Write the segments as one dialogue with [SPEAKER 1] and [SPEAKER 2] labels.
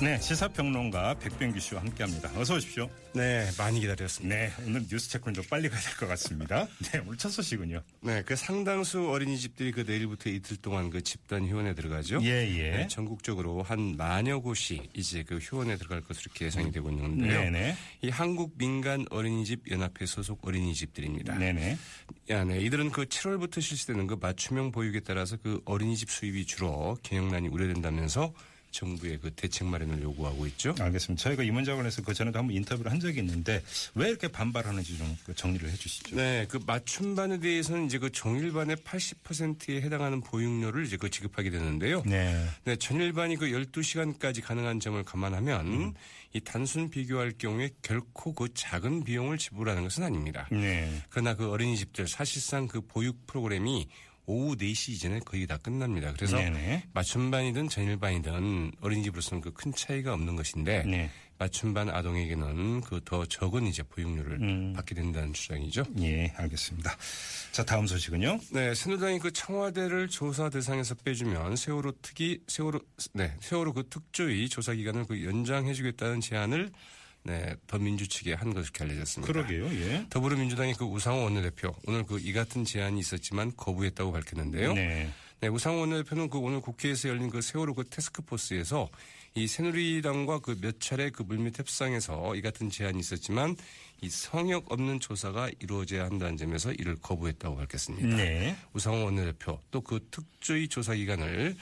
[SPEAKER 1] 네, 시사평론가 백병규 씨와 함께합니다. 어서 오십시오.
[SPEAKER 2] 네, 많이 기다렸습니다.
[SPEAKER 1] 네, 오늘 뉴스 체크는 좀 빨리 가야 될 것 같습니다. 네, 오늘 첫 소식은요.
[SPEAKER 2] 네, 그 상당수 어린이집들이 그 내일부터 이틀 동안 그 집단 휴원에 들어가죠.
[SPEAKER 1] 예, 예.
[SPEAKER 2] 네, 전국적으로 한 만여 곳이 이제 그 휴원에 들어갈 것으로 이렇게 예상이 되고 있는데요.
[SPEAKER 1] 네, 네.
[SPEAKER 2] 이 한국 민간 어린이집 연합회 소속 어린이집들입니다.
[SPEAKER 1] 네, 네.
[SPEAKER 2] 야, 네. 이들은 그 7월부터 실시되는 그 맞춤형 보육에 따라서 그 어린이집 수입이 줄어 경영난이 우려된다면서 정부의 그 대책 마련을 요구하고 있죠.
[SPEAKER 1] 알겠습니다. 저희가 이 문제에 관해서 그 전에도 한번 인터뷰를 한 적이 있는데 왜 이렇게 반발하는지 좀그 정리를 해 주시죠.
[SPEAKER 2] 네, 그 맞춤반에 대해서는 이제 그 정일반의 80%에 해당하는 보육료를 이제 그 지급하게 되는데요.
[SPEAKER 1] 네.
[SPEAKER 2] 네, 전일반이 그 12시간까지 가능한 점을 감안하면 이 단순 비교할 경우에 결코 그 작은 비용을 지불하는 것은 아닙니다.
[SPEAKER 1] 네.
[SPEAKER 2] 그러나 그 어린이집들 사실상 그 보육 프로그램이 오후 4시 이전에 거의 다 끝납니다. 그래서
[SPEAKER 1] 네네.
[SPEAKER 2] 맞춤반이든 전일반이든 어린이집으로서는 그 큰 차이가 없는 것인데
[SPEAKER 1] 네.
[SPEAKER 2] 맞춤반 아동에게는 그 더 적은 이제 보육료를
[SPEAKER 1] 음.
[SPEAKER 2] 받게 된다는 주장이죠.
[SPEAKER 1] 예, 알겠습니다. 자, 다음 소식은요.
[SPEAKER 2] 네, 새누리당이 그 청와대를 조사 대상에서 빼주면 세월호 특이 세월호 네 세월호 그 특조위 조사 기간을 그 연장해주겠다는 제안을 네 더민주 측에 한 것으로 이렇게 알려졌습니다.
[SPEAKER 1] 그러게요. 예.
[SPEAKER 2] 더불어민주당의 그 우상호 원내대표 오늘 그 이 같은 제안이 있었지만 거부했다고 밝혔는데요.
[SPEAKER 1] 네.
[SPEAKER 2] 네, 우상호 원내대표는 그 오늘 국회에서 열린 그 세월호 그 테스크포스에서 이 새누리당과 그 몇 차례 그 물밑 협상에서 이 같은 제안이 있었지만 이 성역 없는 조사가 이루어져야 한다는 점에서 이를 거부했다고 밝혔습니다.
[SPEAKER 1] 네.
[SPEAKER 2] 우상호 원내대표 또 그 특조위 조사 기간을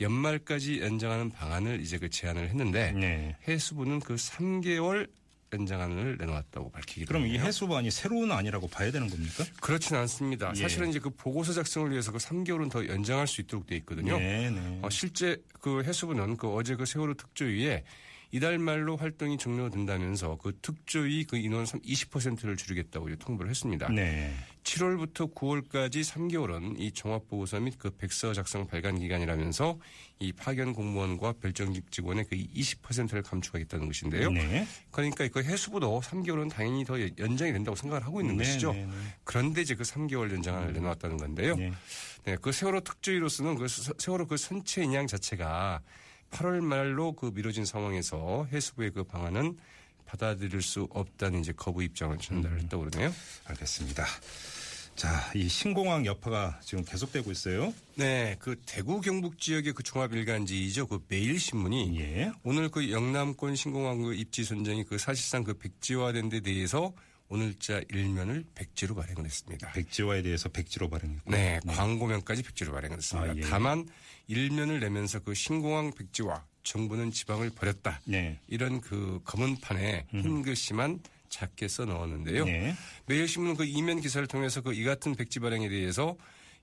[SPEAKER 2] 연말까지 연장하는 방안을 이제 그 제안을 했는데
[SPEAKER 1] 네.
[SPEAKER 2] 해수부는 그 3개월 연장안을 내놓았다고 밝히기로
[SPEAKER 1] 그럼 이
[SPEAKER 2] 했네요.
[SPEAKER 1] 해수반이 새로운 아니라고 봐야 되는 겁니까?
[SPEAKER 2] 그렇진 않습니다.
[SPEAKER 1] 예.
[SPEAKER 2] 사실은 이제 그 보고서 작성을 위해서 그 3개월은 더 연장할 수 있도록 돼 있거든요.
[SPEAKER 1] 네, 네.
[SPEAKER 2] 어, 실제 그 해수부는 그 어제 그 세월호 특조위에 이달 말로 활동이 종료된다면서 그 특조위 그 인원 3, 20%를 줄이겠다고 이제 통보를 했습니다.
[SPEAKER 1] 네.
[SPEAKER 2] 7월부터 9월까지 3개월은 이 종합보고서 및 그 백서 작성 발간 기간이라면서 이 파견 공무원과 별정직 직원의 그 20%를 감축하겠다는 것인데요.
[SPEAKER 1] 네.
[SPEAKER 2] 그러니까 그 해수부도 3개월은 당연히 더 연장이 된다고 생각을 하고 있는
[SPEAKER 1] 네,
[SPEAKER 2] 것이죠.
[SPEAKER 1] 네, 네.
[SPEAKER 2] 그런데 이제 그 3개월 연장을 내놨다는 건데요.
[SPEAKER 1] 네.
[SPEAKER 2] 네, 그 세월호 특조위로서는 그 서- 세월호 그 선체 인양 자체가 8월 말로 그 미뤄진 상황에서 해수부의 그 방안은 받아들일 수 없다는 이제 거부 입장을
[SPEAKER 1] 음.
[SPEAKER 2] 전달했다고 그러네요.
[SPEAKER 1] 알겠습니다. 자, 이 신공항 여파가 지금 계속되고 있어요.
[SPEAKER 2] 네, 그 대구 경북 지역의 그 종합 일간지이죠. 그 매일 신문이
[SPEAKER 1] 예.
[SPEAKER 2] 오늘 그 영남권 신공항 그 입지 전쟁이 그 사실상 그 백지화된 데 대해서 오늘자 일면을 백지로 발행을 했습니다.
[SPEAKER 1] 백지화에 대해서 백지로 발행했고.
[SPEAKER 2] 네, 광고면까지 백지로 발행했습니다.
[SPEAKER 1] 아, 예.
[SPEAKER 2] 다만 일면을 내면서 그 신공항 백지화 정부는 지방을 버렸다.
[SPEAKER 1] 네. 음.
[SPEAKER 2] 이런 그 검은 판에 흰 글씨만 작게 써 넣었는데요.
[SPEAKER 1] 네.
[SPEAKER 2] 매일신문 그 이면 기사를 통해서 그 이 같은 백지 발행에 대해서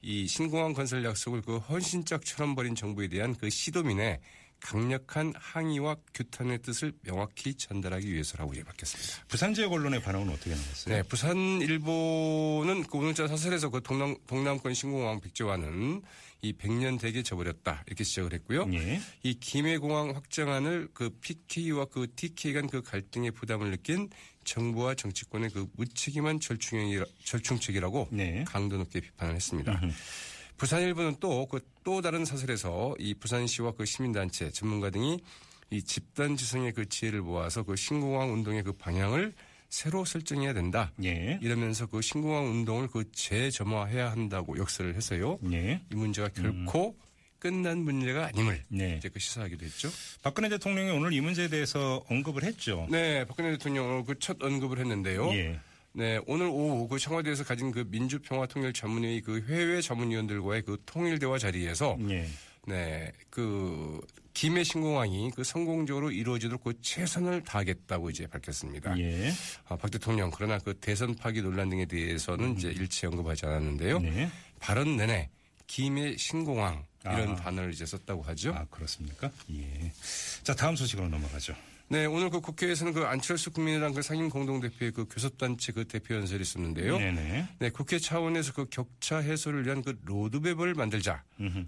[SPEAKER 2] 이 신공항 건설 약속을 그 헌신짝처럼 버린 정부에 대한 그 시도민의 강력한 항의와 규탄의 뜻을 명확히 전달하기 위해서라고 이제 밝혔습니다.
[SPEAKER 1] 부산 지역 언론의 반응은 어떻게 나왔어요?
[SPEAKER 2] 네, 부산일보는 그 오늘자 사설에서 그 동남, 동남권 신공항 백지화는 이 100년 대게 저버렸다 이렇게 지적을 했고요.
[SPEAKER 1] 예.
[SPEAKER 2] 이 김해공항 확장안을 그 PK와 그 TK 간 그 갈등의 부담을 느낀 정부와 정치권의 그 무책임한 절충행위라, 절충책이라고
[SPEAKER 1] 네.
[SPEAKER 2] 강도 높게 비판을 했습니다. 부산일보는 또 그 또 다른 사설에서 이 부산시와 그 시민단체 전문가 등이 이 집단 지성의 그 지혜를 모아서 그 신공항 운동의 그 방향을 새로 설정해야 된다.
[SPEAKER 1] 예.
[SPEAKER 2] 이러면서 그 신공항 운동을 그 재점화해야 한다고 역설을 해서요.
[SPEAKER 1] 예.
[SPEAKER 2] 이 문제가 결코 끝난 문제가 아님을
[SPEAKER 1] 네.
[SPEAKER 2] 이제 그 시사하기도 했죠.
[SPEAKER 1] 박근혜 대통령이 오늘 이 문제에 대해서 언급을 했죠.
[SPEAKER 2] 네, 박근혜 대통령 오늘 그 첫 언급을 했는데요.
[SPEAKER 1] 예.
[SPEAKER 2] 네, 오늘 오후 그 청와대에서 가진 그 민주평화통일자문회의 그 해외 자문위원들과의 그 통일대화 자리에서
[SPEAKER 1] 예.
[SPEAKER 2] 네, 그 김해 신공항이 그 성공적으로 이루어지도록 그 최선을 다하겠다고 이제 밝혔습니다.
[SPEAKER 1] 예.
[SPEAKER 2] 아, 박 대통령 그러나 그 대선 파기 논란 등에 대해서는 이제 일체 언급하지 않았는데요.
[SPEAKER 1] 음. 네.
[SPEAKER 2] 발언 내내 김해 신공항 이런
[SPEAKER 1] 아.
[SPEAKER 2] 단어를 이제 썼다고 하죠.
[SPEAKER 1] 아, 그렇습니까? 예. 자, 다음 소식으로 넘어가죠.
[SPEAKER 2] 네, 오늘 그 국회에서는 그 안철수 국민의당 그 상임 공동대표의 그 교섭단체 그 대표 연설이 있었는데요.
[SPEAKER 1] 네네.
[SPEAKER 2] 네, 국회 차원에서 그 격차 해소를 위한 그 로드맵을 만들자.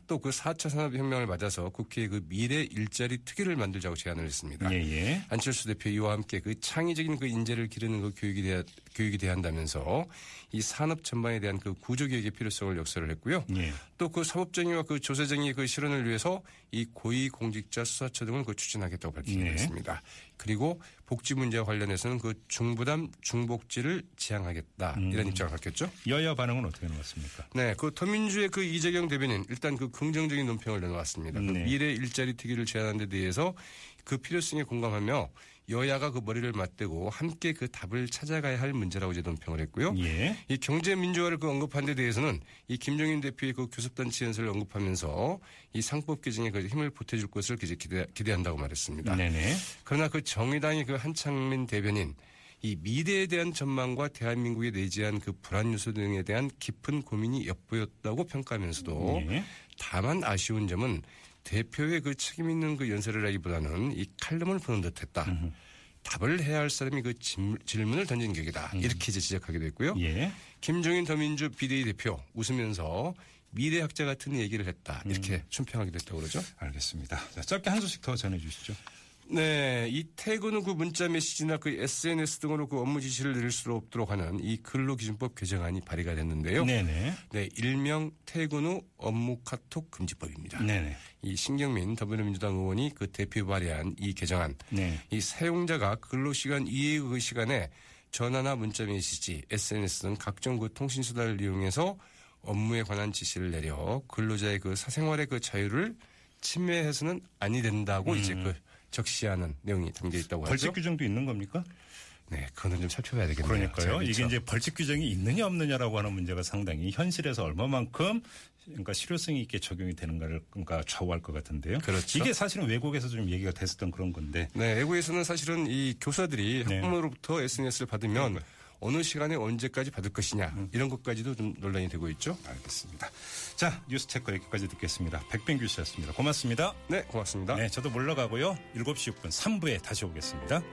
[SPEAKER 2] 또 그 4차 산업혁명을 맞아서 국회의 그 미래 일자리 특위를 만들자고 제안을 했습니다.
[SPEAKER 1] 예예.
[SPEAKER 2] 안철수 대표 이와 함께 그 창의적인 그 인재를 기르는 그 교육이 대 교육이 대한다면서 이 산업 전반에 대한 그 구조 개혁의 필요성을 역설을 했고요.
[SPEAKER 1] 예.
[SPEAKER 2] 또 그 사법정의와 그 조세정의 그 실현을 위해서 이 고위공직자 수사처 등을 그 추진하겠다고 밝히기도
[SPEAKER 1] 네.
[SPEAKER 2] 했습니다. 그리고 복지 문제와 관련해서는 그 중부담 중복지를 지향하겠다
[SPEAKER 1] 음.
[SPEAKER 2] 이런 입장을 밝혔죠.
[SPEAKER 1] 여야 반응은 어떻게 나왔습니까?
[SPEAKER 2] 네, 그 더민주의 그 이재경 대변인 일단 그 긍정적인 논평을 내놓았습니다. 그
[SPEAKER 1] 네.
[SPEAKER 2] 미래 일자리 특위를 제안하는 데 대해서 그 필요성에 공감하며 여야가 그 머리를 맞대고 함께 그 답을 찾아가야 할 문제라고 이제 논평을 했고요.
[SPEAKER 1] 예.
[SPEAKER 2] 이 경제 민주화를 그 언급한 데 대해서는 이 김종인 대표의 그 교섭단체 연설을 언급하면서 이 상법 개정에 그 힘을 보태줄 것을 이제 기대, 기대한다고 말했습니다.
[SPEAKER 1] 네네.
[SPEAKER 2] 그러나 그 정의당의 그 한창민 대변인 이 미래에 대한 전망과 대한민국에 내재한 그 불안 요소 등에 대한 깊은 고민이 엿보였다고 평가하면서도
[SPEAKER 1] 예.
[SPEAKER 2] 다만 아쉬운 점은 대표의 그 책임 있는 그 연설을 하기보다는 이 칼럼을 보는 듯했다. 답을 해야 할 사람이 그 질- 질문을 던진 격이다. 이렇게 이제 지적하기도 했고요.
[SPEAKER 1] 음. 예.
[SPEAKER 2] 김종인 더민주 비대위 대표 웃으면서 미래학자 같은 얘기를 했다. 이렇게 춘평하기도 했다고 그러죠.
[SPEAKER 1] 알겠습니다. 자, 짧게 한 소식 더 전해 주시죠.
[SPEAKER 2] 네, 이 퇴근 후 그 문자 메시지나 그 SNS 등으로 그 업무 지시를 내릴 수 없도록 하는 이 근로기준법 개정안이 발의가 됐는데요. 네,
[SPEAKER 1] 네네.
[SPEAKER 2] 일명 퇴근 후 업무 카톡 금지법입니다.
[SPEAKER 1] 네네.
[SPEAKER 2] 이 신경민 더불어민주당 의원이 그 대표 발의한 이 개정안.
[SPEAKER 1] 네.
[SPEAKER 2] 이 사용자가 근로시간 이외의 그 시간에 전화나 문자 메시지, SNS 등 각종 그 통신수단을 이용해서 업무에 관한 지시를 내려 근로자의 그 사생활의 그 자유를 침해해서는 아니 된다고 이제 그 적시하는 내용이 담겨 있다고
[SPEAKER 1] 음. 벌칙
[SPEAKER 2] 하죠.
[SPEAKER 1] 규정도 있는 겁니까?
[SPEAKER 2] 네, 그거는 좀 살펴봐야 되겠네요.
[SPEAKER 1] 그러니까요.
[SPEAKER 2] 자,
[SPEAKER 1] 이게
[SPEAKER 2] 그렇죠.
[SPEAKER 1] 이제 벌칙 규정이 있느냐 없느냐라고 하는 문제가 상당히 현실에서 얼마만큼 그러니까 실효성이 있게 적용이 되는가를 그러니까 좌우할 것 같은데요.
[SPEAKER 2] 그렇죠.
[SPEAKER 1] 이게 사실은 외국에서 좀 얘기가 됐었던 그런 건데
[SPEAKER 2] 네, 외국에서는 사실은 이 교사들이
[SPEAKER 1] 네.
[SPEAKER 2] 학부모로부터 SNS를 받으면 어느 시간에 언제까지 받을 것이냐 이런 것까지도 좀 논란이 되고 있죠.
[SPEAKER 1] 음. 알겠습니다. 자, 뉴스 체크 여기까지 듣겠습니다. 백병규 씨였습니다. 고맙습니다.
[SPEAKER 2] 네, 고맙습니다.
[SPEAKER 1] 네, 저도 물러가고요. 7시 6분 3부에 다시 오겠습니다.